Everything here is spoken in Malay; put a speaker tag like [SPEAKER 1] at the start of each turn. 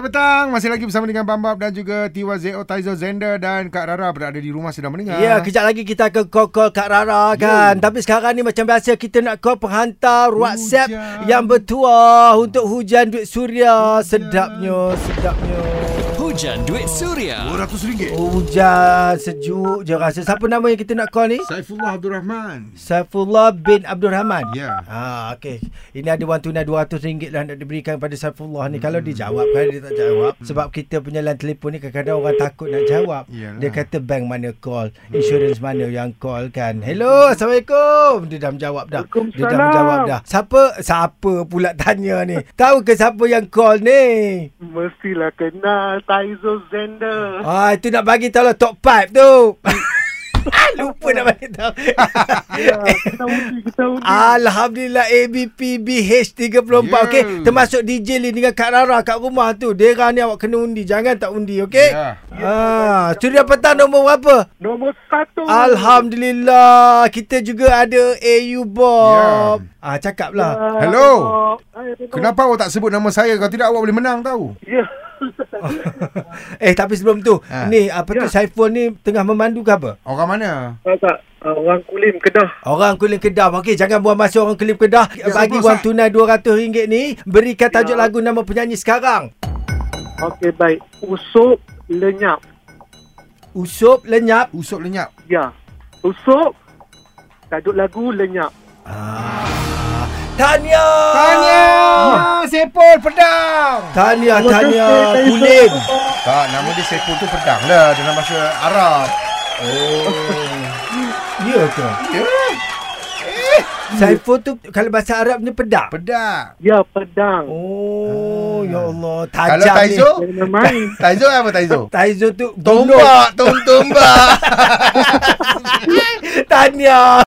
[SPEAKER 1] Petang-petang masih lagi bersama dengan Bambab dan juga TYZO Tizer Zender dan Kak Rara berada di rumah sedang mendengar.
[SPEAKER 2] Ya, kejap lagi kita akan call-call Kak Rara kan. Tapi sekarang ni macam biasa kita nak call penghantar WhatsApp
[SPEAKER 1] Hujan.
[SPEAKER 2] yang bertuah untuk hujan duit suria. Sedapnya, sedapnya. Oh,
[SPEAKER 3] Hujan duit suria.
[SPEAKER 1] RM200.
[SPEAKER 2] Hujan sejuk je rasa. Siapa nama yang kita nak call ni?
[SPEAKER 1] Saifullah Abdul Rahman.
[SPEAKER 2] Saifullah bin Abdul Rahman.
[SPEAKER 1] Ya.
[SPEAKER 2] Ha, okey. Ini ada wang tunai RM200 lah nak diberikan pada Saifullah ni. Kalau dia jawab kan, dia tak jawab. Sebab kita punya line telefon ni kadang-kadang orang takut nak jawab.
[SPEAKER 1] Iyalah.
[SPEAKER 2] Dia kata bank mana call, insurans mana yang call kan. Hello, Assalamualaikum. Dia dah menjawab dah. Dia dah
[SPEAKER 4] Waalaikumsalam.
[SPEAKER 2] menjawab dah. Siapa siapa pula tanya ni? Tahu ke siapa yang call ni?
[SPEAKER 4] Mestilah kenal Taizo Zender.
[SPEAKER 2] Ah, itu nak bagi tahu lah top 5 tu. Ah, Lupa nak bagi tahu.
[SPEAKER 4] Ya, kita undi, kita undi.
[SPEAKER 2] Alhamdulillah ABP BH34 yeah.
[SPEAKER 1] Yeah.
[SPEAKER 2] okey termasuk DJ Lin dengan Kak Rara kat rumah tu Dera ni awak kena undi jangan tak undi okey
[SPEAKER 1] Ya.
[SPEAKER 2] yeah. ah studio petang nombor berapa
[SPEAKER 4] Nombor satu.
[SPEAKER 2] Alhamdulillah kita juga ada AU Bob
[SPEAKER 1] Ya.
[SPEAKER 2] yeah. ah cakaplah
[SPEAKER 4] Ah,
[SPEAKER 1] Hello.
[SPEAKER 4] Bob. Hai, Bob.
[SPEAKER 1] Kenapa awak tak sebut nama saya? Kalau tidak awak boleh menang tahu.
[SPEAKER 4] Ya.
[SPEAKER 2] eh tapi sebelum tu
[SPEAKER 1] Ah.
[SPEAKER 2] ni apa tu
[SPEAKER 4] Ya.
[SPEAKER 2] Saiful ni tengah memandu ke apa
[SPEAKER 1] Orang mana?
[SPEAKER 4] Tak, tak. Ah, Orang kulim Kedah.
[SPEAKER 2] Orang Kulim Kedah. Okey, jangan buang masa orang Kulim Kedah. Bagi
[SPEAKER 1] sebelum
[SPEAKER 2] wang
[SPEAKER 1] Sa-
[SPEAKER 2] tunai RM200 ni, berikan tajuk
[SPEAKER 4] Ya.
[SPEAKER 2] lagu nama penyanyi sekarang.
[SPEAKER 4] Okey, baik. Usop lenyap.
[SPEAKER 2] Usup lenyap
[SPEAKER 1] Usop lenyap.
[SPEAKER 4] Ya. Usop. Tajuk lagu lenyap.
[SPEAKER 2] Ah. Tahniah.
[SPEAKER 1] Tanya!
[SPEAKER 2] Ha.
[SPEAKER 1] Ah, Sepul pedang!
[SPEAKER 2] Tahniah,
[SPEAKER 4] Terima
[SPEAKER 2] tahniah.
[SPEAKER 4] kasih, Taizo.
[SPEAKER 2] Kulim.
[SPEAKER 1] Tak, nama dia Sepul tu pedang lah dalam bahasa Arab. Oh.
[SPEAKER 2] Ya ke?
[SPEAKER 1] Ya, Eh.
[SPEAKER 2] Saiful tu kalau bahasa Arab ni pedang.
[SPEAKER 1] pedang.
[SPEAKER 4] Ya, pedang.
[SPEAKER 2] Oh, ya Allah. Tajam
[SPEAKER 1] Kalau Taizo,
[SPEAKER 2] ni.
[SPEAKER 4] Jangan main.
[SPEAKER 1] Taizo apa Taizo?
[SPEAKER 2] Taizo tu gunung.
[SPEAKER 1] Tombak, tom tombak.
[SPEAKER 2] Tahniah.